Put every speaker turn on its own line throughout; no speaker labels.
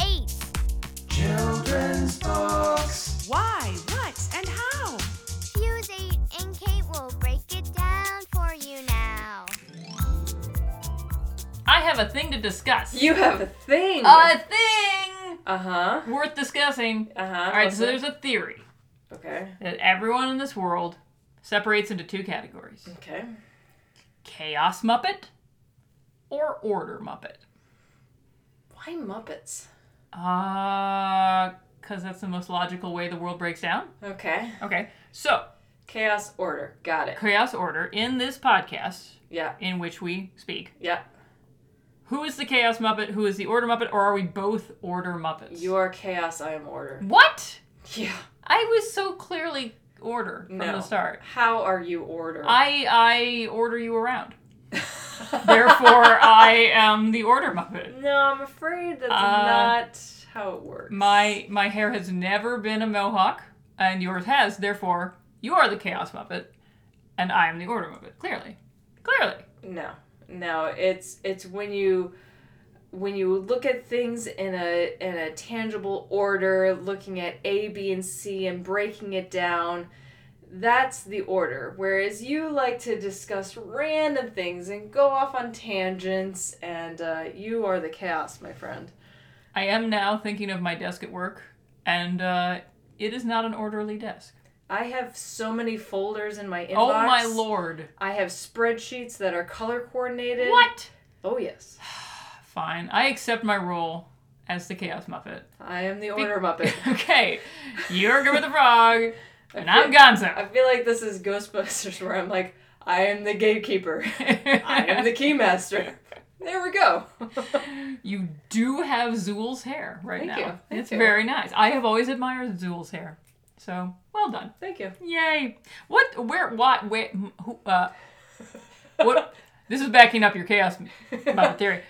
8.
Children's books.
Why, what, and how?
Fuse 8 and Kate will break it down for you now.
I have a thing to discuss.
You have a thing.
a thing
Uh huh.
worth discussing.
Uh huh.
All right, so there's a theory
Okay.
that everyone in this world separates into two categories:
Okay.
chaos muppet or order muppet.
Why Muppets?
Uh, cause that's the most logical way the world breaks down.
Okay.
Okay, so
Chaos Order. Got it.
chaos order in this podcast
Yeah.
in which we speak.
Yeah.
Who is the chaos muppet? Who is the order muppet? Or are we both order muppets?
You are chaos. I am order.
what?
Yeah.
I was so clearly order from
No.
the start.
How are you order?
I I order you around. Therefore, I am the order muppet.
No, I'm afraid that's
Uh,
not how it works.
My my hair has never been a mohawk, and yours has. Therefore, you are the chaos muppet, and I am the order muppet. Clearly, clearly.
No. No. It's it's when you when you look at things in a in a tangible order, looking at A, B, and C and breaking it down. That's the order. Whereas you like to discuss random things and go off on tangents, and uh, you are the chaos, my friend.
I am now thinking of my desk at work, and uh, it is not an orderly desk.
I have so many folders in my inbox.
Oh my lord!
I have spreadsheets that are color coordinated.
What?
Oh yes,
Fine, I accept my role as the chaos muppet.
I am the order muppet.
okay, you're Grimmer the Frog, and I'm
I
Gonzo.
feel like this is Ghostbusters where I'm like, I am the gatekeeper. I am the keymaster. There we go.
You do have Zool's hair right
Thank
now.
you, thank
it's
you.
very nice. I have always admired Zool's hair. So well done.
Thank you.
Yay! What? Where? Why? Where? m- Who? Uh, what? this is backing up your chaos about the theory.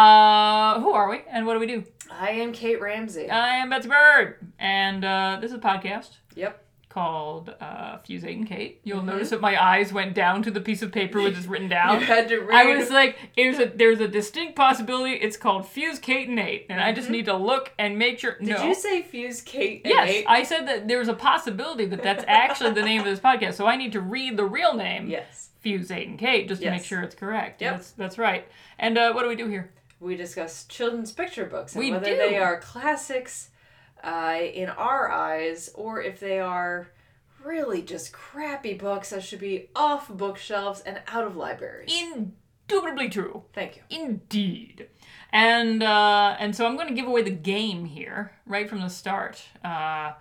Uh, who are we and what do we do?
I am Kate Ramsey.
I am Betsy Bird, and uh, this is a podcast
yep.
called uh, Fuse Eight and Kate.
Mm-hmm.
You'll notice that my eyes went down to the piece of paper with this written
You
down.
had to read.
I was like, there's a there's a distinct possibility. It's called fuse Kate and Nate, and I just need to look and make sure.
Mm-hmm. Did
no.
you say fuse Kate and
Yes,
Nate?
I said that there's a possibility that that's actually the name of this podcast, so I need to read the real name,
yes.
Fuse Eight and Kate, just to make
Yes.
sure it's correct.
Yep.
That's that's right. And uh, what do we do here?
We discuss children's picture books and
We
whether
do.
they are classics uh, in our eyes or if they are really just crappy books that should be off bookshelves and out of libraries.
Indubitably true,
Thank you.
indeed. And uh, and so I'm going to give away the game here right from the start. Uh,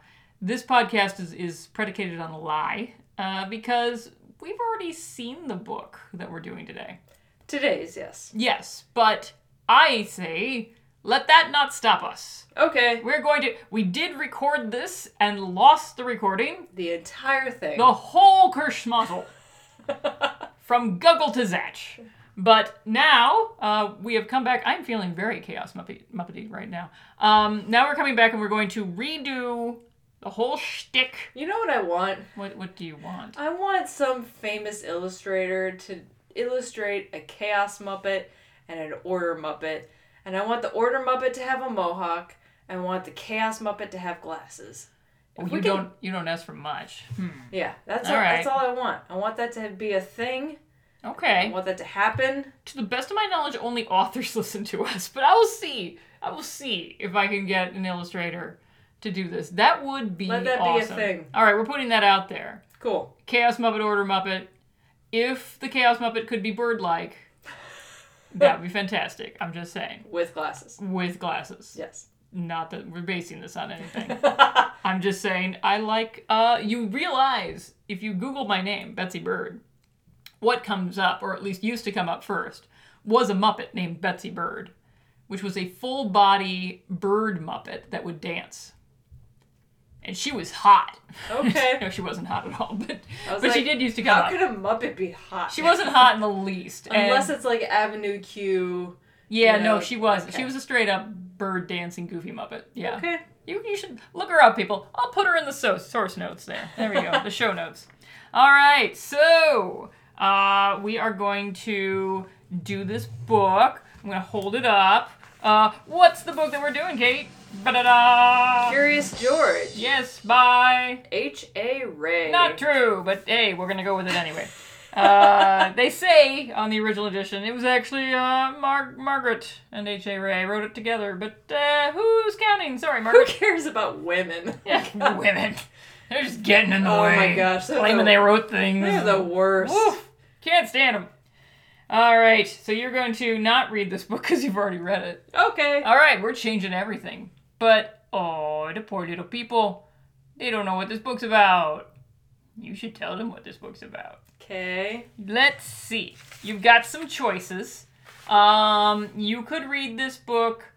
this podcast is is predicated on a lie uh, because we've already seen the book that we're doing today.
Today's, yes.
Yes, but I say let that not stop us.
Okay.
We're going to. We did record this and lost the recording.
The entire thing.
The whole Kirschmottel. From Guggle to Zatch. But now uh, we have come back. I'm feeling very Chaos Muppet, Muppety right now. Um, now we're coming back and we're going to redo the whole shtick.
You know what I want?
What, what do you want?
I want some famous illustrator to illustrate a chaos muppet and an order muppet. And I want the order muppet to have a mohawk. and I want the chaos muppet to have glasses.
Oh,
If
you
we can-
don't. You don't ask for much. Hmm.
Yeah, that's all,
All
that's all I want. I want that to be a thing. I
Okay.
want that to happen.
to the best of my knowledge, only authors listen to us, but I will see. I will see if I can get an illustrator to do this. That would be
Let that be a
awesome.
thing.
All right, we're putting that out there.
Cool.
Chaos Muppet Order Muppet. If the Chaos Muppet could be bird-like, that would be fantastic. I'm just saying.
With glasses.
With glasses.
Yes.
Not that we're basing this on anything. I'm just saying I like uh you realize if you Google my name, Betsy Bird, what comes up, or at least used to come up first, was a Muppet named Betsy Bird, which was a full body bird Muppet that would dance. and she was hot.
Okay.
no, she wasn't hot at all, but
I
but
was
she
like,
did used to come
How
up.
could a Muppet be hot?
She wasn't hot in the least. and-
Unless it's like Avenue Q.
yeah,
you
no,
know,
she was.
okay.
She was a straight up bird dancing goofy muppet. Yeah.
Okay.
You, you should look her up, people. I'll put her in the so- source notes there. There we go, the show notes. All right, so uh, we are going to do this book. I'm going to hold it up. Uh, what's the book that we're doing, Kate? Ba-da-da!
Curious George.
Yes, bye.
H. A. Ray.
Not true, but hey, we're gonna go with it anyway. Uh, they say on the original edition it was actually uh, Mar- Margaret and H. A. Ray wrote it together, but uh, who's counting? Sorry,
Who
Margaret.
cares about women? uh,
Yeah, women, they're just getting in the
Oh
way.
my gosh, they're
claiming
the-
they wrote things.
They're the worst.
Oof, can't stand them. All right, so you're going to not read this book because you've already read it.
Okay.
All right, we're changing everything. But oh, the poor little people. They don't know what this book's about. You should tell them what this book's about.
Okay.
Let's see. You've got some choices. Um, you could read this book.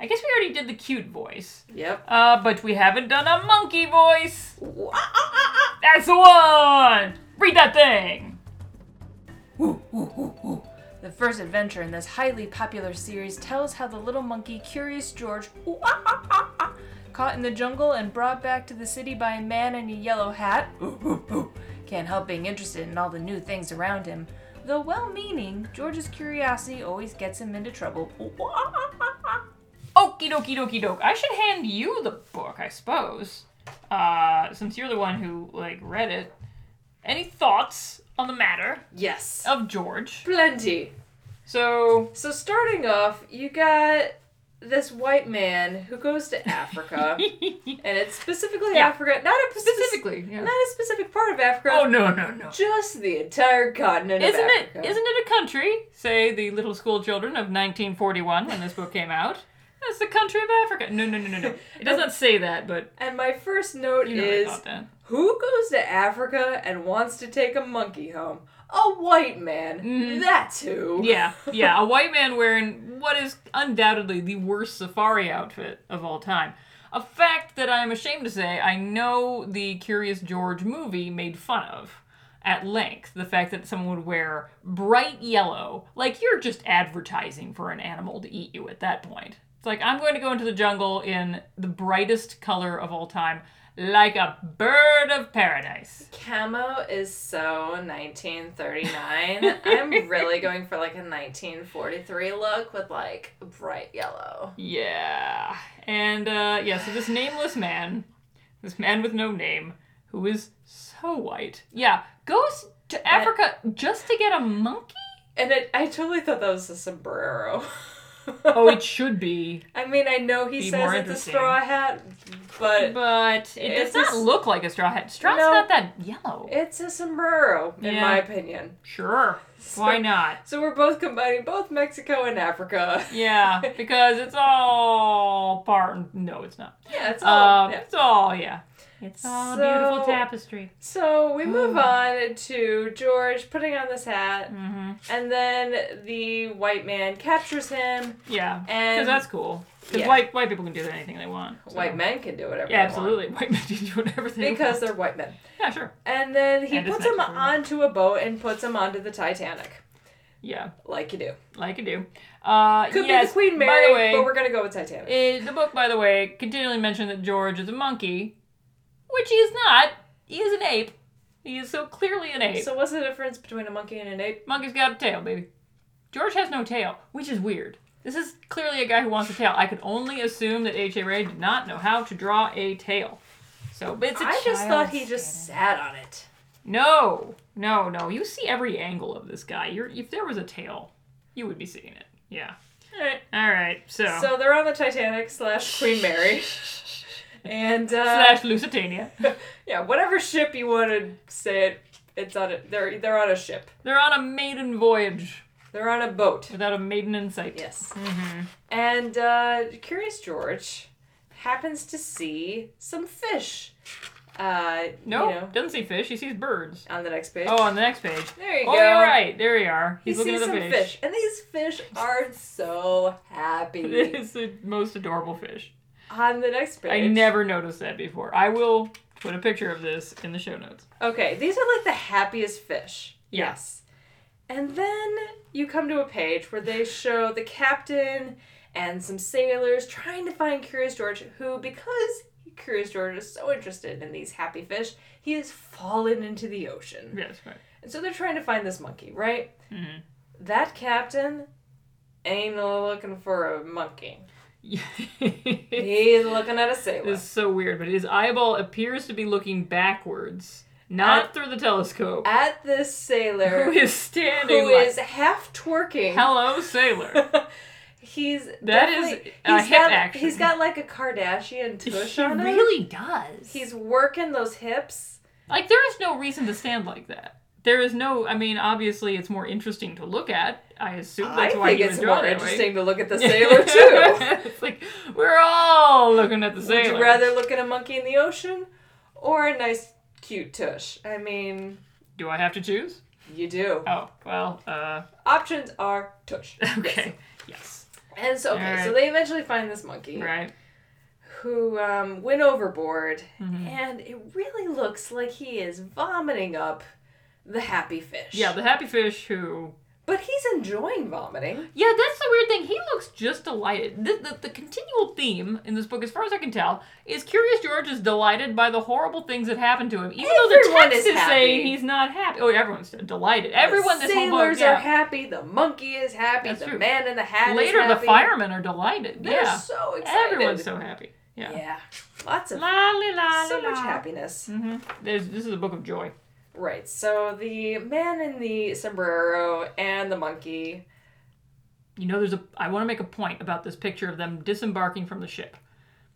I guess we already did the cute voice.
Yep.
Uh, but we haven't done a monkey voice.
ah,
That's the one. Read that thing.
The first adventure in this highly popular series tells how the little monkey Curious George, ooh, ah, ah, ah, ah, caught in the jungle and brought back to the city by a man in a yellow hat, ooh, ooh, ooh, can't help being interested in all the new things around him. Though well meaning, George's curiosity always gets him into trouble. Ooh, ah, ah, ah, ah.
Okie dokie dokie doke. I should hand you the book, I suppose. Uh, since you're the one who like read it. Any thoughts on the matter
Yes.
of George?
Plenty.
So
So starting off, you got this white man who goes to Africa, and it's specifically
Yeah.
Africa, not a specific,
specifically, yeah.
not a specific part of Africa.
Oh no no no.
Just the entire continent
Isn't
of
it?
Africa.
Isn't it a country? Say the little school children of 1941 when this book came out. That's the country of Africa. No, no, no, no, no. It doesn't say that, but
And my first note
you know
is
I thought that.
who goes to Africa and wants to take a monkey home? A white man. That's who.
Mm-hmm. Yeah, yeah. A white man wearing what is undoubtedly the worst safari outfit of all time. A fact that I am ashamed to say I know the Curious George movie made fun of at length. The fact that someone would wear bright yellow, like you're just advertising for an animal to eat you at that point. It's like, I'm going to go into the jungle in the brightest color of all time, like a bird of paradise.
Camo is so 1939. I'm really going for like a 1943 look with like bright yellow.
Yeah. And uh, yeah, so this nameless man, this man with no name, who is so white, yeah, goes to Africa just to get a monkey?
And it, I totally thought that was a sombrero.
Oh, it should be.
I mean, I know he
Be more
says it's a
interesting.
straw hat, but
But it does
It's
not
a s-
look like a straw hat. Straw's
No.
not that yellow.
it's a sombrero, in
Yeah.
my opinion.
Sure. Why not?
So we're both combining both Mexico and Africa.
Yeah, because it's all part. No, it's not.
Yeah, it's all.
Um,
yeah.
It's all, yeah. It's all beautiful
So-
tapestry.
So
hmm.
we move on to George putting on this hat,
Mm-hmm.
and then the white man captures him.
Yeah, because
And-
that's cool. Because
Yeah.
white, white people can do anything they want. so.
White men can do whatever.
Yeah,
they want,
absolutely. White men do whatever they
because
want.
they're white men.
yeah, sure.
And then he
And it's
puts him
Mexican.
onto a boat and puts him onto the Titanic,
Yeah,
like you do.
like I do. Uh,
Could
yes,
be the Queen
By
Mary,
the way,
but we're gonna go with Titanic.
eh, the book, by the way, continually mentioned that George is a monkey, which he is not. He is an ape. He is so clearly an ape.
so what's the difference between a monkey and an ape?
Monkey's got a tail, baby. George has no tail, which is weird. This is clearly a guy who wants a tail. I could only assume that H.A. Ray did not know how to draw a tail. So, but it's a
I just
child's
thought he just sat on it.
No, no, no. You see every angle of this guy. You're, if there was a tail, you would be seeing it. Yeah.
All right.
All right. So,
So they're on the Titanic slash Queen Mary. And uh,
slash Lusitania.
yeah, whatever ship you want to say it, it's on a they're they're on a ship.
They're on a maiden voyage
They're on a boat.
without a maiden in sight.
Yes. And uh, Curious George happens to see some fish. Uh,
No,
you know,
doesn't see fish. He sees birds.
on the next page.
Oh, on the next page.
there you
Oh,
go.
you're right. There we are.
He
He's looking
sees
at the
some
fish.
fish. and these fish are so happy.
It's the most adorable fish.
on the next page.
I never noticed that before. I will put a picture of this in the show notes.
Okay, these are like the happiest fish.
Yeah.
And then you come to a page where they show the captain and some sailors trying to find Curious George, who, because Curious George is so interested in these happy fish, he has fallen into the ocean.
Yes, right.
And so they're trying to find this monkey, right?
Mm-hmm.
That captain ain't looking for a monkey. He's looking at a sailor.
This is so weird, but his eyeball appears to be looking backwards, not through the telescope.
At this
who
sailor
is
who
standing? like,
is half twerking.
Hello, sailor.
He's
That is
definitely-
a
he's
hip
got,
action.
He's got like a Kardashian tush
he
on him.
really does.
He's working those hips.
like there is no reason to stand like that. There is no. I mean, obviously, it's more interesting to look at. I assume that's
I
why
think
you
it's
enjoy
more
it that way.
interesting to look at the sailor too.
it's like we're all looking at the
Would
sailor.
you rather look at a monkey in the ocean or a nice cute tush? I mean,
Do I have to choose?
you do.
Oh well. Uh,
Options are tush.
okay. Yes.
Yes. And so okay,
All right.
so they eventually find this monkey
Right.
who um, went overboard,
Mm-hmm.
and it really looks like he is vomiting up the happy fish.
Yeah, the happy fish who
But he's enjoying vomiting.
Yeah, that's the weird thing. He looks just delighted. The, the, the continual theme in this book, as far as I can tell, is Curious George is delighted by the horrible things that happened to him, even though the
Everyone
text
is
is, saying
happy.
he's not happy. Oh, everyone's delighted. Everyone,
the
this whole book,
sailors
yeah.
are happy. The monkey is happy.
That's
the
true.
man in the hat.
Later,
is
the
happy.
firemen are delighted.
They're
yeah,
so excited.
everyone's so happy. Yeah,
Yeah, lots of
la la la
so
la,
much
la.
happiness.
hmm There's, this is a book of joy.
Right. So the man in the sombrero and the monkey.
You know, there's a. I want to make a point about this picture of them disembarking from the ship.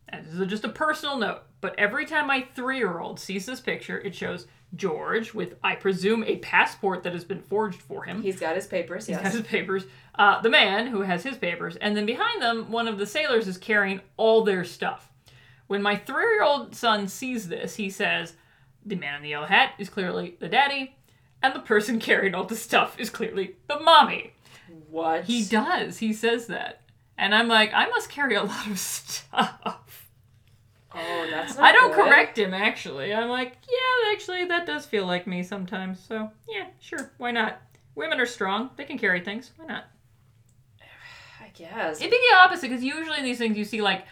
And this is just a personal note, but every time my three-year-old sees this picture, it shows George with, I presume, a passport that has been forged for him.
He's got his papers.
He
Yes.
has his papers. Uh, the man who has his papers, and then behind them, one of the sailors is carrying all their stuff. When my three-year-old son sees this, he says, "The man in the yellow hat is clearly the daddy, and the person carrying all the stuff is clearly the mommy."
What?
He does. He says that. And I'm like, I must carry a lot of stuff.
Oh, that's not.
I don't
good.
correct him, actually. I'm like, yeah, actually, that does feel like me sometimes. So, yeah, sure. Why not? Women are strong. They can carry things. Why not?
I guess.
It'd be the opposite, because usually in these things you see, like,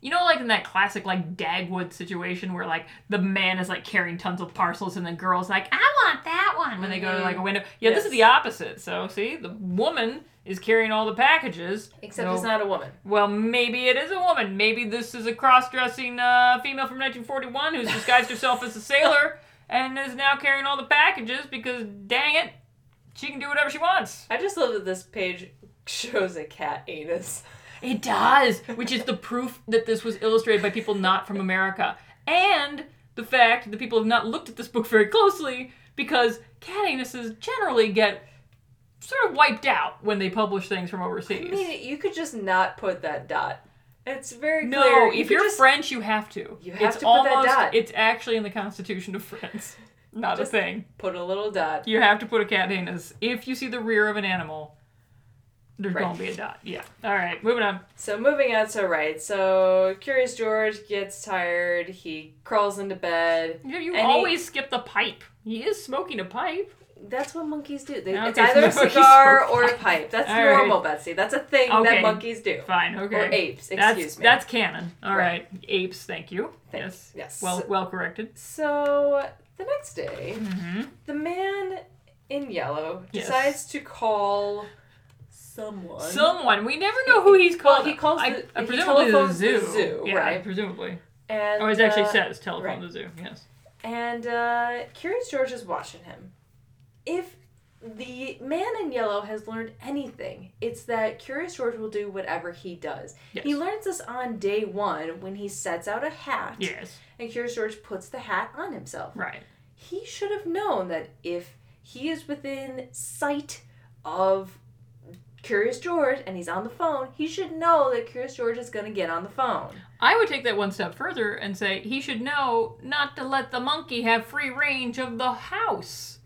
you know, like in that classic, like, Dagwood situation where, like, the man is, like, carrying tons of parcels and the girl's like, I want that one when they go to, like, a window. Yeah, this is
Mm-hmm. Yes.
the opposite. So, see, the woman is carrying all the packages.
Except
No
he's not a woman.
Well, maybe it is a woman. Maybe this is a cross-dressing uh, female from 1941 who's disguised herself as a sailor and is now carrying all the packages because, dang it, she can do whatever she wants.
I just love that this page shows a cat anus.
It does, which is the proof that this was illustrated by people not from America, and the fact that people have not looked at this book very closely because cat anuses generally get sort of wiped out when they publish things from overseas.
I mean, you could just not put that dot. It's very
No,
clear. You
if
could
you're
just,
French, you have to.
You
it's
have to put that
almost,
dot.
It's actually in the Constitution of France. Not
Just-
a thing.
put a little dot.
You have to put a cat anus. If you see the rear of an animal, there's
Right.
going to be a dot. Yeah. All right, moving on.
So moving on. So right. So Curious George gets tired. He crawls into bed.
You, you
And he-
always skip the pipe. He is smoking a pipe.
That's what monkeys do. They,
Okay,
it's either a
so monkeys
cigar
smoke
or a
pipe.
pipe. That's
All right.
normal, Betsy. That's a thing
Okay.
that monkeys do.
Fine, okay.
Or apes. Excuse
that's,
me.
That's canon. All right.
Right.
Apes, thank you.
Thanks.
Yes.
Yes.
Well, well corrected.
So the next day,
hmm
the man in yellow
Yes.
decides to call someone.
Someone. We never know who he's called.
he calls
I,
the-
I
he
presumably the
telephones
zoo.
the zoo,
yeah,
right.
presumably.
and,
Oh, it actually
uh,
says telephone
right.
the zoo. Yes.
And uh, Curious George is watching him. If the man in yellow has learned anything, it's that Curious George will do whatever he does.
Yes.
He learns this on day one when he sets out a hat,
Yes.
and Curious George puts the hat on himself.
Right.
He should have known that if he is within sight of Curious George and he's on the phone, he should know that Curious George is going to get on the phone.
I would take that one step further and say he should know not to let the monkey have free range of the house.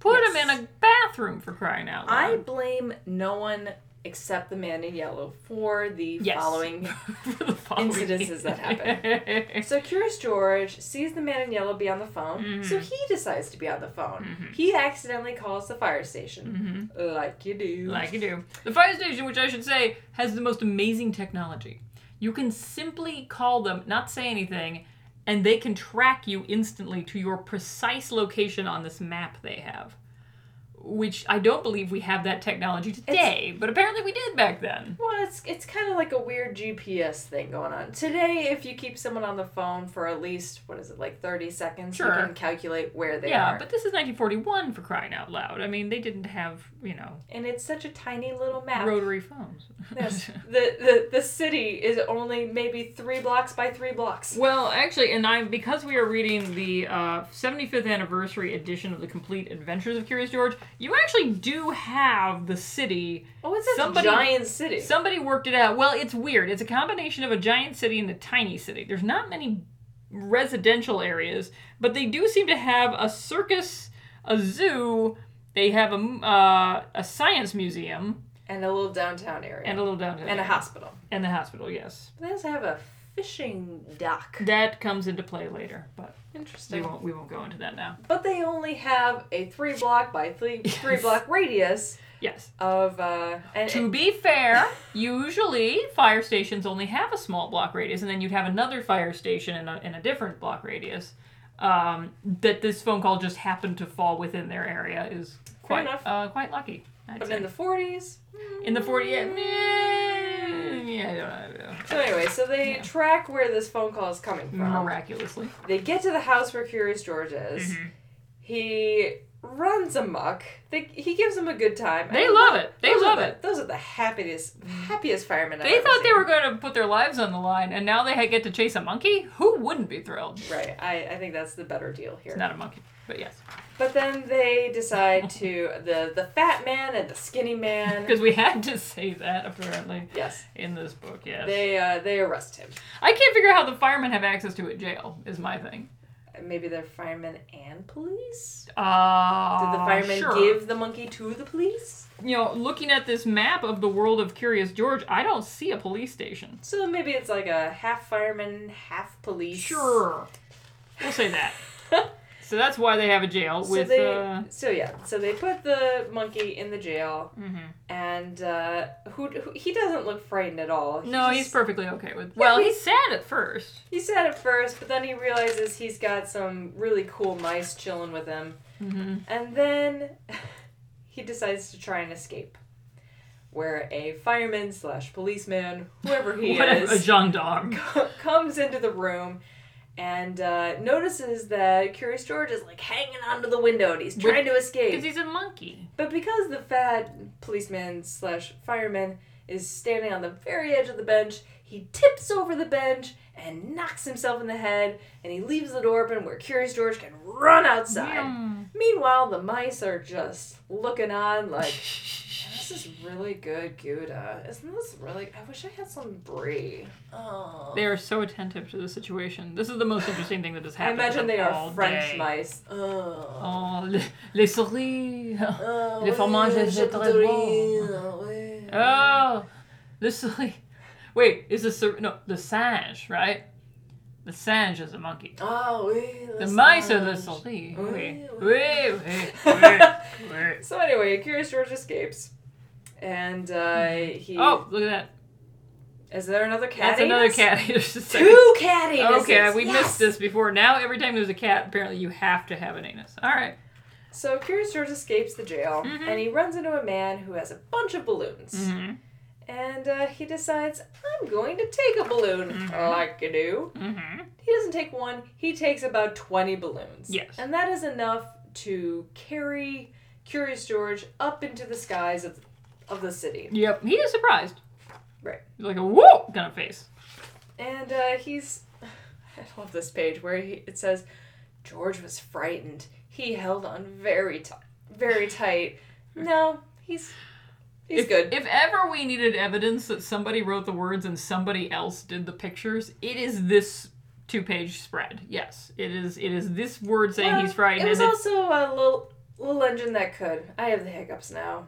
Put him
Yes.
in a bathroom for crying out
I
loud.
blame no one except the man in yellow for the
Yes.
following.
For the following-
Incidences that happen. so Curious George sees the man in yellow be on the phone, so
Mm-hmm.
he decides to be on the phone. He accidentally calls the fire station, like you do.
Mm-hmm. like you do. The fire station, which I should say, has the most amazing technology. You can simply call them, not say anything, and they can track you instantly to your precise location on this map they have. Which I don't believe we have that technology today, but apparently we did back then.
Well, it's it's kind of like a weird GPS thing going on today. If you keep someone on the phone for at least what is it like thirty seconds,
Sure.
you can calculate where they
yeah,
are.
but this is 1941 for crying out loud. I mean, they didn't have, you know,
and it's such a tiny little map.
rotary phones.
Yes. the, the the city is only maybe three blocks by three blocks.
Well, actually, and I because we are reading the uh, 75th anniversary edition of the Complete Adventures of Curious George, you actually do have the city.
Oh, it's a
Somebody-
giant city.
Somebody worked it out. Well, it's weird. It's a combination of a giant city and a tiny city. There's not many residential areas, but they do seem to have a circus, a zoo. They have a m- uh, a science museum
and a little downtown area.
and a little downtown
and a
area.
hospital.
and the hospital. Yes,
They also have a fishing dock.
that comes into play later, but we
Interesting.
won't we won't go into that now.
But they only have a three block by three three block radius
Yes.
of uh and,
To be fair, usually fire stations only have a small block radius, and then you'd have another fire station in a, in a different block radius. Um, that this phone call just happened to fall within their area is quite
enough.
uh, quite lucky. I'd
but
say.
in the forties.
in the 40, yeah, meh, yeah, I don't know.
So anyway, so they track where this phone call is coming from.
Mm-hmm. Miraculously,
They get to the house where Curious George is.
Mm-hmm.
He runs amok. They, he gives them a good time.
they
And
love it. They
those are
love
the-
it.
Those are the happiest, happiest firemen. I've
They
ever
thought they
seen.
were going to put their lives on the line, and now they ha- get to chase a monkey. Who wouldn't be thrilled?
Right. I, I think that's the better deal here.
Not a monkey, but yes,
But then they decide to the the fat man and the skinny man.
because we had to say that apparently
yes.
in this book. Yes,
They uh, they arrest him.
I can't figure out how the firemen have access to it. Jail is my thing.
Maybe they're firemen and police.
Uh,
Did the firemen
sure.
give the monkey to the police?
You know, looking at this map of the world of Curious George, I don't see a police station.
So maybe it's like a half fireman, half police.
Sure, we'll say that. so that's why they have a jail
So
with.
they,
uh,
so yeah, so they put the monkey in the jail,
Mm-hmm.
and uh, who, who he doesn't look frightened at all. He
no,
just-
he's perfectly okay with. Well,
we-
he's sad at first.
He said it first, but then he realizes he's got some really cool mice chilling with him,
Mm-hmm.
and then he decides to try and escape. Where a fireman slash policeman, whoever he
What a-
is,
a gendarme.
comes into the room and uh, notices that Curious George is like hanging onto the window and he's trying to
Because
escape.
he's a monkey.
But because the fat policeman slash fireman is standing on the very edge of the bench, he tips over the bench and knocks himself in the head and he leaves the door open where Curious George can run outside. Meanwhile, the mice are just looking on like, this is really good Gouda. Isn't this really? I wish I had some brie. Oh.
They are so attentive to the situation. This is the most interesting thing that has
I
happened. to
imagine
them
they are
all
French
day.
mice. Oh.
Oh, les, les souris.
Oh,
Le fromage
oui,
est
je
très
voudrais,
bon.
oui.
Oh, the silly. Wait, is the sur- no the singe right? The singe is a monkey.
Ah, oui,
The
le
mice are the
singe.
silly.
Oui,
Wait,
oui.
wait, wait, wait.
So anyway, Curious George escapes, and uh, he.
Oh, look at that.
is there another cat?
That's another
anus?
cat. There's just a second.
Two cat anuses.
Okay, we
Yes!
missed this before. Now every time there's a cat, apparently you have to have an anus. All right.
So Curious George escapes the jail,
Mm-hmm.
and he runs into a man who has a bunch of balloons,
Mhm.
and uh, he decides I'm going to take a balloon like you do.
Mm-hmm.
He doesn't take one; he takes about twenty balloons.
Yes.
and that is enough to carry Curious George up into the skies of of the city.
Yep. He is surprised.
Right.
He's like a whoa kind of face.
And uh, he's. I love this page where he, it says, George was frightened. He held on very tight. Very tight. No, he's.
Hmm.
He's
if,
good.
If ever we needed evidence that somebody wrote the words and somebody else did the pictures, it is this two-page spread. Yes, it is. It is this word saying
Well,
he's frightened.
Uh, It was
and
also a little, little engine that could. I have the hiccups now.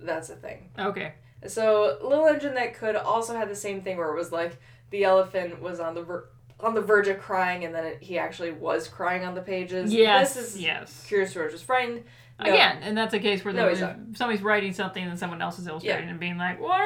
That's a thing.
it's- okay,
So Little Engine That Could also had the same thing where it was like the elephant was on the ver- on the verge of crying, and then it, he actually was crying on the pages.
Yes.
This is
yes. Uh,
Curious George was frightened. No,
Again, and that's a case where
No,
they're-
he's not.
somebody's writing something and someone else is illustrating and being like, whatever,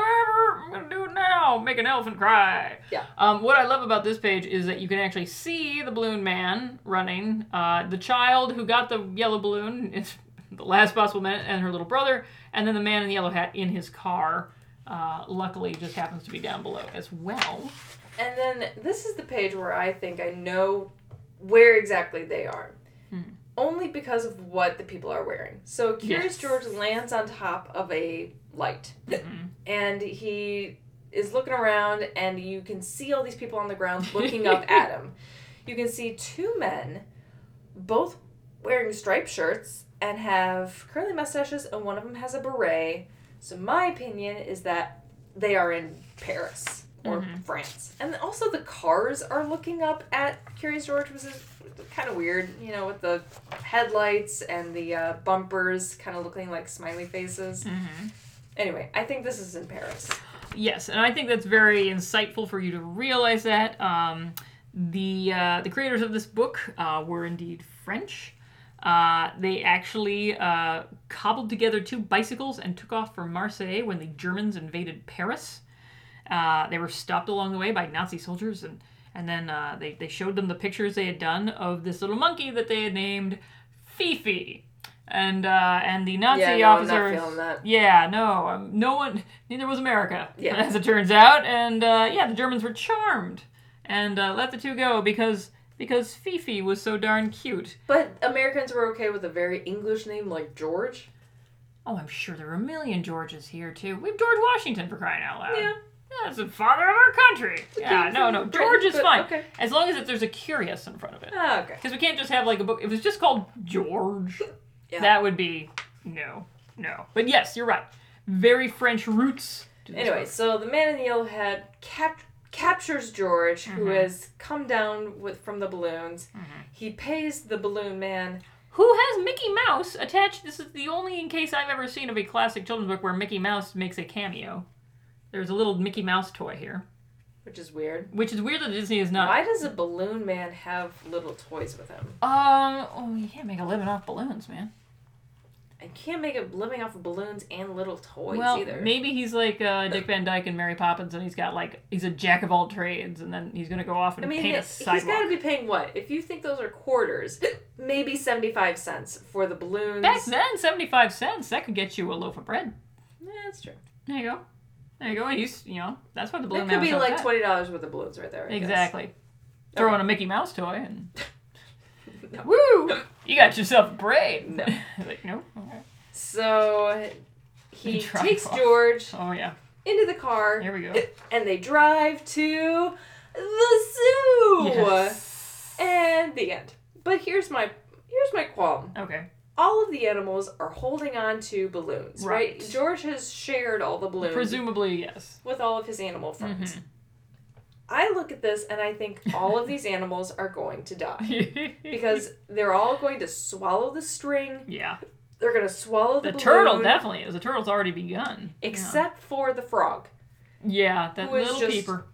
I'm going to do it now, make an elephant cry.
Yeah.
Um, what I love about this page is that you can actually see the balloon man running, uh, the child who got the yellow balloon in the last possible minute, and her little brother, and then the man in the yellow hat in his car. Uh, luckily, just happens to be down below as well.
And then this is the page where I think I know where exactly they are. Only because of what the people are wearing. So Curious
Yes.
George lands on top of a light. And he is looking around and you can see all these people on the ground looking up at him. You can see two men both wearing striped shirts and have curly mustaches and one of them has a beret. So my opinion is that they are in Paris or France. And also the cars are looking up at Curious George, which is kind of weird, you know, with the headlights and the uh, bumpers kind of looking like smiley faces. Anyway, I think this is in Paris.
Yes, and I think that's very insightful for you to realize that. Um, the uh, the creators of this book uh, were indeed French. Uh, they actually uh, cobbled together two bicycles and took off for Marseille when the Germans invaded Paris. Uh, they were stopped along the way by Nazi soldiers, and and then uh, they they showed them the pictures they had done of this little monkey that they had named Fifi, and uh, and the Nazi
Yeah, no, I'm not
officers.
feeling that.
Yeah, no, um, no one. Neither was America,
Yeah.
as it turns out. And uh, yeah, the Germans were charmed and uh, let the two go because because Fifi was so darn cute.
But Americans were okay with a very English name like George.
Oh, I'm sure there are a million Georges here too. We've George Washington for crying out loud.
Yeah.
That's the father of our country. Yeah,
King's
no,
in
no,
Britain,
George is
but
fine.
okay.
As long as it, there's a curious in front of it.
Ah, okay.
Because we can't just have like a book. If it's just called George,
Yeah.
that would be no, no. But yes, you're right. Very French roots. to this
Anyway,
book.
so the man in the yellow hat cap- captures George, who
Mm-hmm.
has come down with from the balloons. He pays the balloon man.
who has Mickey Mouse attached. This is the only case I've ever seen of a classic children's book where Mickey Mouse makes a cameo. There's a little Mickey Mouse toy here,
Which is weird.
which is weird that Disney is not.
Why does a balloon man have little toys with him?
Um, oh, you can't make a living off balloons, man.
I can't make a living off of balloons and little toys
well,
either.
maybe he's like uh, Dick Van Dyke and Mary Poppins, and he's got like he's a jack of all trades, and then he's gonna go off and
I mean,
paint a
he's got
sidewalk.
to be paying what? If you think those are quarters, maybe 75 cents for the balloons.
Back then, seventy-five cents that could get you a loaf of bread.
Yeah, that's true.
There you go. There you go. And he's you know that's what the balloon
It
man
could be
was all
like
about.
$20 worth of balloons right there. I guess.
Exactly. Throw in a Mickey Mouse toy and woo, you got yourself a brain.
No.
like no. Okay.
So he
They drive
takes
off.
George
Oh yeah,
into the car
here we go.
and they drive to the zoo.
Yes.
And the end. But here's my here's my qualm.
Okay.
All of the animals are holding on to balloons, right?
Right.
George has shared all the balloons
Presumably yes.
with all of his animal friends.
Mm-hmm.
I look at this and I think all of these animals are going to die because they're all going to swallow the string.
yeah,
They're going to swallow the,
the turtle
balloon,
definitely is. The turtle's already begun.
except for the frog.
Yeah, that
Who is
little
just
peeper.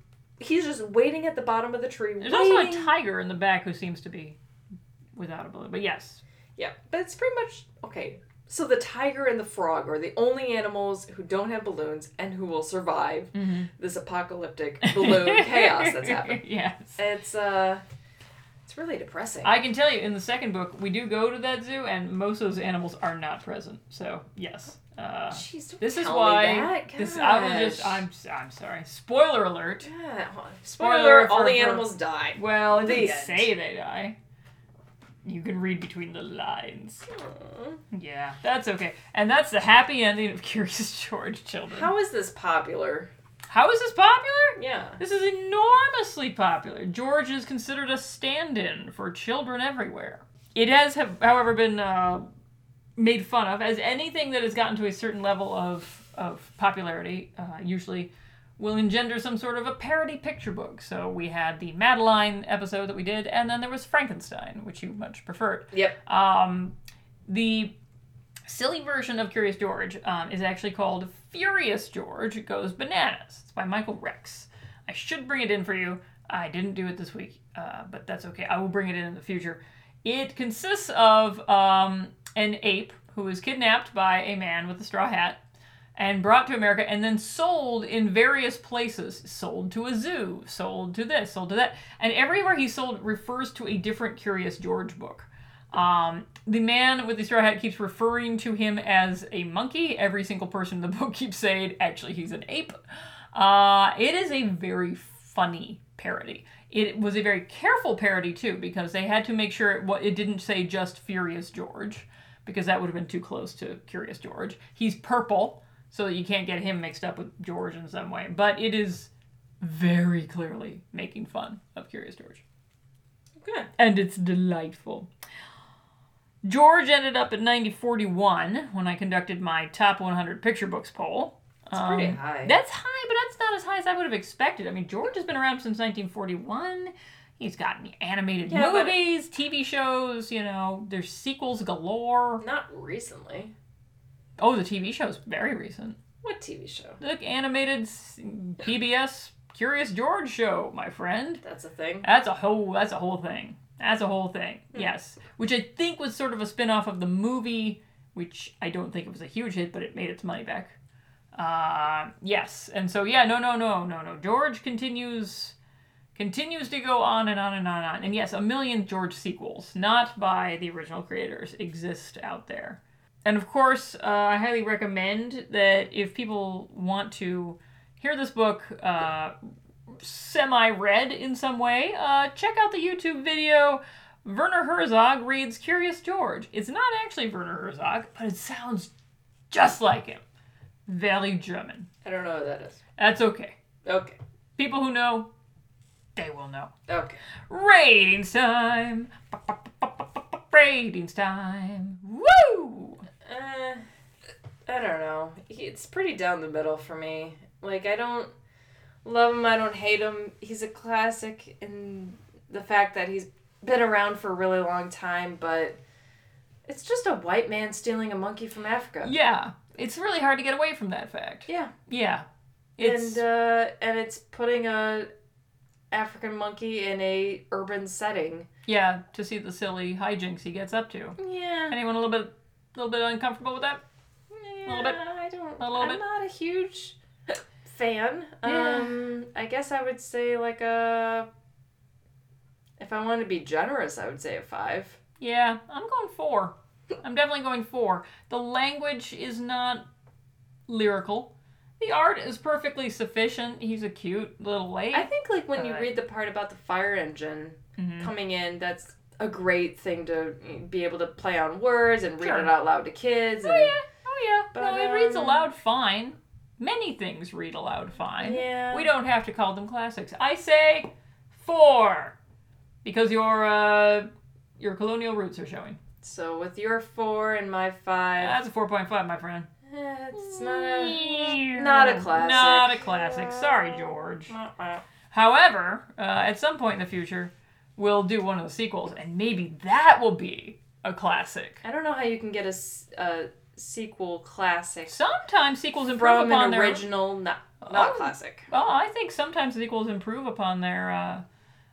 he's just waiting at the bottom of the tree.
There's
waiting.
also a tiger in the back who seems to be without a balloon. But yes,
yeah, but it's pretty much okay. So the tiger and the frog are the only animals who don't have balloons and who will survive
Mm-hmm.
this apocalyptic balloon chaos that's happening.
yes.
It's uh, it's really depressing.
I can tell you in the second book, we do go to that zoo, and most of those animals are not present. So yes, uh,
Jeez, don't
This is
tell me
why
that.
this I will just
Gosh.
I'm I'm sorry. Spoiler alert.
God.
Spoiler
Spoiler: all
for-
the
for-
animals die.
Well, it
The
doesn't
end.
say they die. You can read between the lines.
Aw.
Yeah, that's okay. And that's the happy ending of Curious George Children.
How is this popular?
How is this popular?
Yeah.
This is enormously popular. George is considered a stand-in for children everywhere. It has, have, however, been uh, made fun of as anything that has gotten to a certain level of of popularity. Uh, usually, will engender some sort of a parody picture book. So we had the Madeline episode that we did, Uh, and then there was Frankenstein, which you much preferred.
Yep.
Um, the silly version of Curious George um, is actually called Furious George Goes Bananas. It's by Michael Rex. I should bring it in for you. I didn't do it this week, uh, but that's okay. I will bring it in in the future. It consists of um, an ape who is kidnapped by a man with a straw hat and brought to America and then sold in various places. Sold to a zoo, sold to this, sold to that. And everywhere he's sold refers to a different Curious George book. Um, the man with the straw hat keeps referring to him as a monkey. Every single person in the book keeps saying, actually, he's an ape. Uh, it is a very funny parody. It was a very careful parody, too, because they had to make sure it, wa- it didn't say just Furious George, because that would have been too close to Curious George. He's purple, so that you can't get him mixed up with George in some way. But it is very clearly making fun of Curious George
Good.
and it's delightful. George ended up at 9041 when I conducted my top 100 picture books poll. That's
pretty high.
That's high, but that's not as high as I would have expected. I mean, George has been around since 1941. He's gotten animated
Yeah, but-
movies, TV shows, you know, there's sequels galore.
Not recently.
Oh, the TV show's very recent.
What TV show?
Look, animated s- PBS Curious George show, my friend.
That's a thing.
That's a whole that's a whole thing. That's a whole thing. Yes. Which I think was sort of a spin-off of the movie, which I don't think it was a huge hit, but it made its money back. Uh, yes. And so yeah, no no no no no. George continues continues to go on and on and on and on. And yes, a million George sequels, not by the original creators, exist out there. And of course, uh, I highly recommend that if people want to hear this book uh, semi read in some way, uh, check out the YouTube video. Werner Herzog reads Curious George. It's not actually Werner Herzog, but it sounds just like him. Very German.
I don't know what that is.
That's okay.
Okay.
People who know, they will know.
Okay.
Ratings time. Ratings time. Woo!
Uh, I don't know. It's pretty down the middle for me. Like I don't love him. I don't hate him. He's a classic in the fact that he's been around for a really long time, but it's just a white man stealing a monkey from Africa.
Yeah, it's really hard to get away from that fact.
Yeah.
Yeah, it's
and uh, and it's putting a African monkey in a urban setting.
yeah to see the silly hijinks he gets up to.
Yeah.
Anyone a little bit, a little bit uncomfortable with that?
A
little bit.
I don't.
A little
I'm
bit.
not a huge fan.
Yeah.
Um, I guess I would say like a. If I wanted to be generous, I would say a five.
Yeah, I'm going four. I'm definitely going four. The language is not lyrical. The art is perfectly sufficient. He's a cute little ape.
I think like when you
But-
read the part about the fire engine
Mm-hmm.
coming in, that's a great thing to be able to play on words and read
Sure.
it out loud to kids.
Oh
and-
yeah, oh yeah. no,
But,
it reads
um,
aloud fine. Many things read aloud fine.
Yeah.
We don't have to call them classics. I say four, because your uh, your colonial roots are showing.
So with your four and my five,
That's a four point five, my friend.
Eh, It's not
mm.
a.
Not
a classic.
Not a classic. Sorry, George. However, uh, at some point in the future, we'll do one of the sequels, and maybe that will be a classic.
I don't know how you can get a, s- a sequel classic
Sometimes sequels improve
from
upon
an
their
original, not,
Oh.
not classic.
Oh, I think sometimes sequels improve upon their. Uh,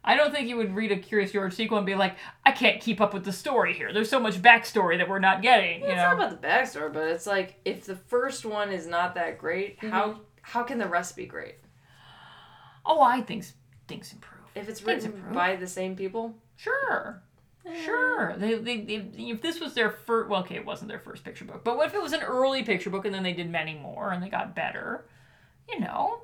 I don't think you would read a Curious George sequel and be like, I can't keep up with the story here. There's so much backstory that we're not getting. You
It's
know.
not about the backstory, but it's like if the first one is not that great, how how can the rest be great?
oh, I think s- things improve.
If it's
Things
written
improve.
by the same people,
Sure. Sure. They, they, they, if this was their first, well, okay, it wasn't their first picture book, but what if it was an early picture book and then they did many more and they got better? You know,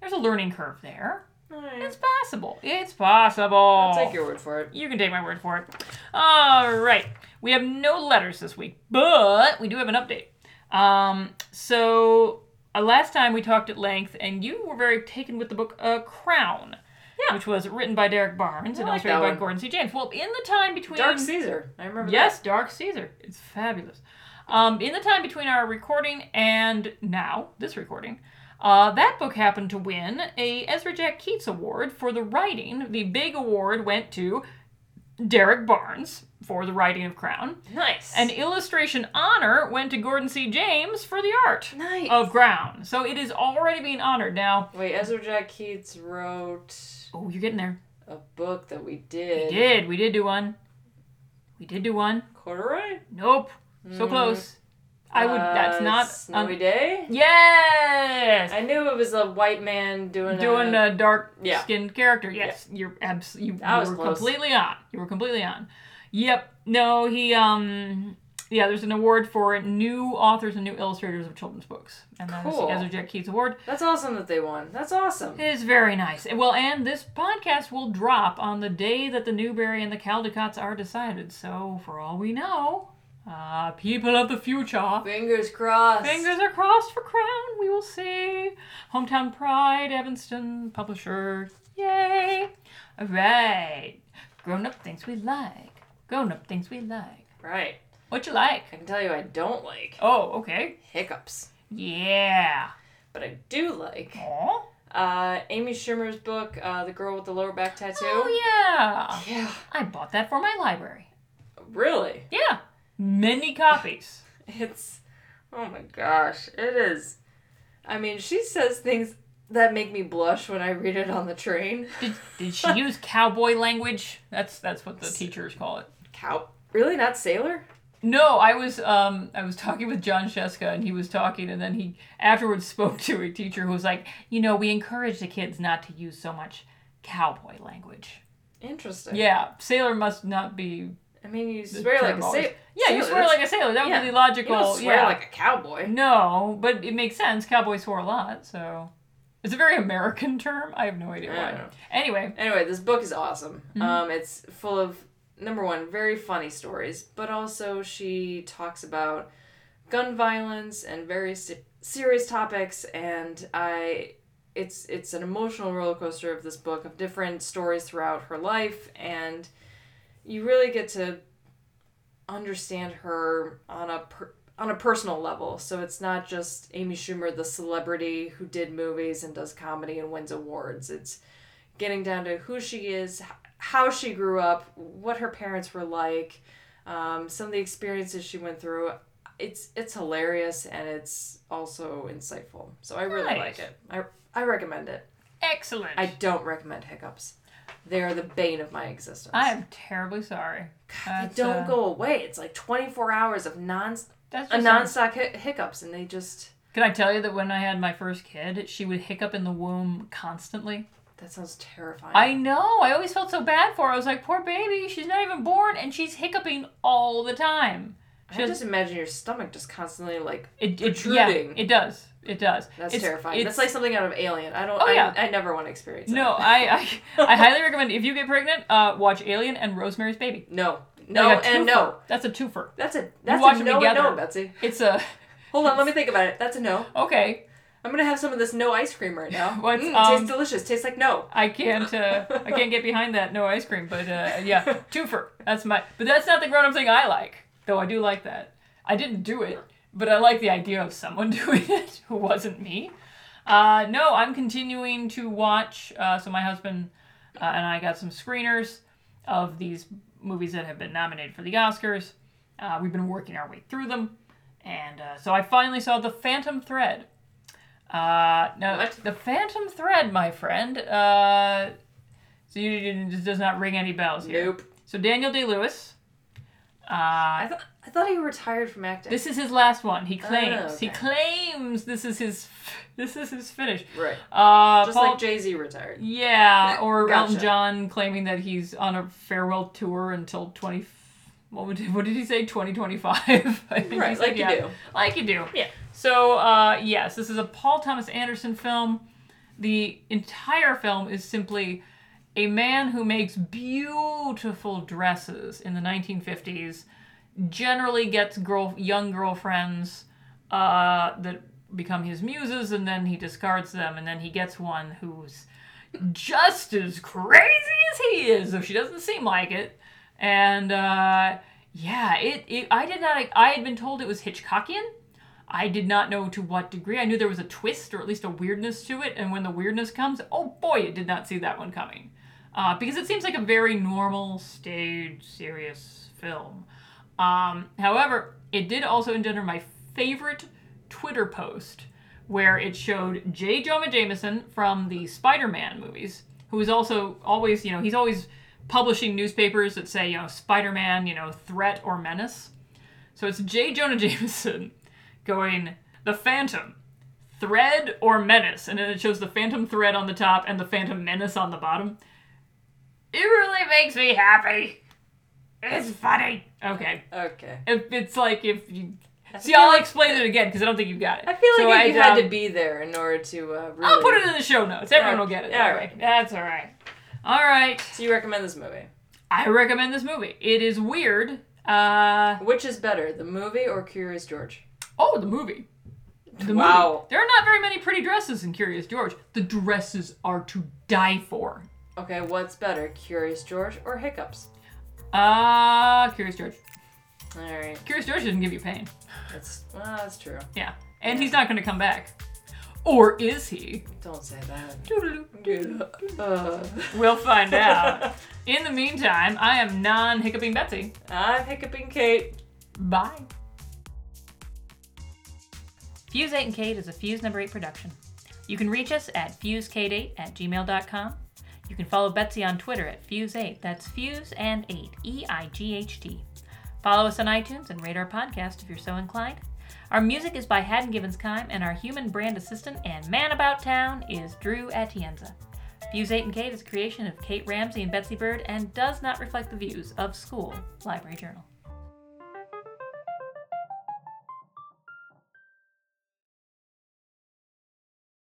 there's a learning curve there. It's possible. It's possible.
I'll take your word for it.
You can take my word for it. All right. We have no letters this week, but we do have an update. Um, so uh, last time we talked at length, and you were very taken with the book uh, Crown, yeah. which was written by Derek Barnes and
like
illustrated
that
by
one.
Gordon C. James. Well, in the time between
Dark Caesar, I remember.
Yes, Dark Caesar. It's fabulous. Um, in the time between our recording and now, this recording, uh, that book happened to win a Ezra Jack Keats Award for the writing. The big award went to Derek Barnes for the writing of Crown.
Nice.
An illustration honor went to Gordon C. James for the art
nice.
of Crown. So it is already being honored now.
Wait, Ezra Jack Keats wrote
Oh, you're getting there.
a book that we
We
did.
did. We did do one. We did do one.
Corduroy?
Nope. So close. I would. That's
Mm-hmm. Uh,
not.
Snowy
Um,
Day?
yes.
I knew it was a white man doing
doing
a,
a dark
yeah.
skinned character. Yes, you're abs- you, you
That was
were
close.
completely on. You were completely on. Yep. No, he um yeah, there's an award for new authors and new illustrators of children's books. And that is
Cool.
the Ezra Jack Keats Award.
That's awesome that they won. That's awesome.
It is very nice. Well, and this podcast will drop on the day that the Newberry and the Caldecott's are decided. So, for all we know, uh, people of the future,
Fingers crossed.
Fingers are crossed for Crown. We will see. Hometown Pride, Evanston, publisher. Yay! All right. Grown up things we like. Grown up things we like.
Right.
What you like?
I can tell you I don't like
Oh, okay.
hiccups,
Yeah.
but I do like
Aw.
uh, Amy Schumer's book, uh, The Girl with the Lower Back Tattoo.
Oh, yeah.
yeah.
I bought that for my library.
Really?
Yeah. Many copies.
It's oh my gosh, it is. I mean, she says things that make me blush when I read it on the train.
Did, did she use cowboy language? That's that's what the teachers call it.
Cow, really not sailor?
No, I was um I was talking with John Sheska and he was talking and then he afterwards spoke to a teacher who was like, you know, we encourage the kids not to use so much cowboy language.
Interesting.
Yeah, sailor must not be
I mean, you
the
swear like
term
a
always-
sailor.
Yeah, you swear like a sailor. That would
yeah.
be the
you
logical.
don't swear
yeah.
like a cowboy.
no, but it makes sense. Cowboy swore a lot, so it's a very American term. I have no idea
I
why.
don't know.
Anyway,
Anyway, this book is awesome. Um, it's full of number one, very funny stories, but also she talks about gun violence and very se- serious topics. And I, it's it's an emotional roller coaster of this book of different stories throughout her life, and you really get to understand her on a per- on a personal level. So it's not just Amy Schumer, the celebrity who did movies and does comedy and wins awards. It's getting down to who she is, h- how she grew up, what her parents were like, um, some of the experiences she went through. It's it's hilarious and it's also insightful. So I really
Nice.
like it. I I recommend it.
excellent.
I don't recommend hiccups. They are the bane of my existence.
I am terribly sorry.
they
That's,
don't
uh,
go away. It's like 24 hours of non
That's
a
just
nonstop hic- hiccups, and they just
Can I tell you that when I had my first kid, she would hiccup in the womb constantly?
that sounds terrifying.
I know. I always felt so bad for her. I was like, poor baby, she's not even born and she's hiccuping all the time.
I
She
just imagine your stomach just constantly like
it, it, yeah,
protruding.
it does. It does.
that's
It's-
terrifying.
it's-
That's like something out of Alien. I don't.
Oh,
I,
yeah.
I never want to experience.
no,
that.
I, I I highly recommend if you get pregnant, uh, watch Alien and Rosemary's Baby.
no, no,
Like a
and
twofer.
no.
That's a twofer.
That's a that's
watch
a
them
no and
together.
no, Betsy.
It's a
Hold on, let me think about it. That's a no.
okay.
I'm gonna have some of this no ice cream right now.
What's,
Mm,
um,
tastes delicious. Tastes like no.
I can't uh, I can't get behind that no ice cream, but uh, yeah, twofer. That's my. But that's not the grown up thing I like, though. I do like that. I didn't do it, but I like the idea of someone doing it who wasn't me. Uh, no, I'm continuing to watch. Uh, so my husband uh, and I got some screeners of these movies that have been nominated for the Oscars. Uh, we've been working our way through them, and uh, so I finally saw The Phantom Thread. Uh, no,
What?
The Phantom Thread, my friend. Uh, so you didn't, this does not ring any bells here.
Nope.
So Daniel uh, Day Lewis.
I thought I thought he retired from acting.
This is his last one. He claims. He
Oh, okay.
claims this is his. This is his finish.
right.
Uh,
Just
Paul-
like Jay Z retired.
Yeah, or Elton
Gotcha.
John claiming that he's on a farewell tour until twenty. What, would, what did he say? Twenty twenty five.
Right, like you do.
Like you do.
Yeah.
So uh, yes, this is a Paul Thomas Anderson film. The entire film is simply a man who makes beautiful dresses in the 1950s. Generally gets girl young girlfriends uh, that become his muses, and then he discards them, and then he gets one who's just as crazy as he is, though she doesn't seem like it. And uh, yeah, it, it. I did not. I had been told it was Hitchcockian. I did not know to what degree. I knew there was a twist or at least a weirdness to it, and when the weirdness comes, oh boy, it did not see that one coming. Uh, because it seems like a very normal, staged, serious film. Um, however, it did also engender my favorite Twitter post where it showed J. Jonah Jameson from the Spider Man movies, who is also always, you know, he's always publishing newspapers that say, you know, Spider Man, you know, threat or menace. So it's J. Jonah Jameson going, The Phantom, thread or menace. And then it shows the Phantom thread on the top and the Phantom menace on the bottom. It really makes me happy. It's funny. Okay.
Okay.
If it's like if you see, I'll explain it again because I don't think you got it.
I feel like
So
if you
I'd,
had
um,
to be there in order to uh, really.
I'll put it in the show notes. Everyone
Yeah.
will get it.
Yeah,
All right. That's all right. All right.
So you recommend this movie?
I recommend this movie. It is weird. Uh
Which is better, the movie or Curious George?
oh, the movie. The
Wow.
Movie. There are not very many pretty dresses in Curious George. The dresses are to die for.
Okay, what's better, Curious George or Hiccups?
Uh Curious George.
All right,
Curious George doesn't give you pain.
that's well, that's true.
Yeah. And he's not going to come back. Or is he?
Don't say that.
Doodaloo.
Uh,
We'll find out. In the meantime, I am non hiccuping Betsy.
I'm hiccuping Kate.
Bye. Fuse 8 and Kate is a Fuse number 8 production. You can reach us at fusekate8 at gmail.com. You can follow Betsy on Twitter at Fuse8. That's Fuse and 8, E I G H T. Follow us on iTunes and rate our podcast if you're so inclined. Our music is by Haddon Gibbons Kime, and our human brand assistant and man about town is Drew Atienza. Fuse 8 and Kate is a creation of Kate Ramsey and Betsy Bird and does not reflect the views of School Library Journal.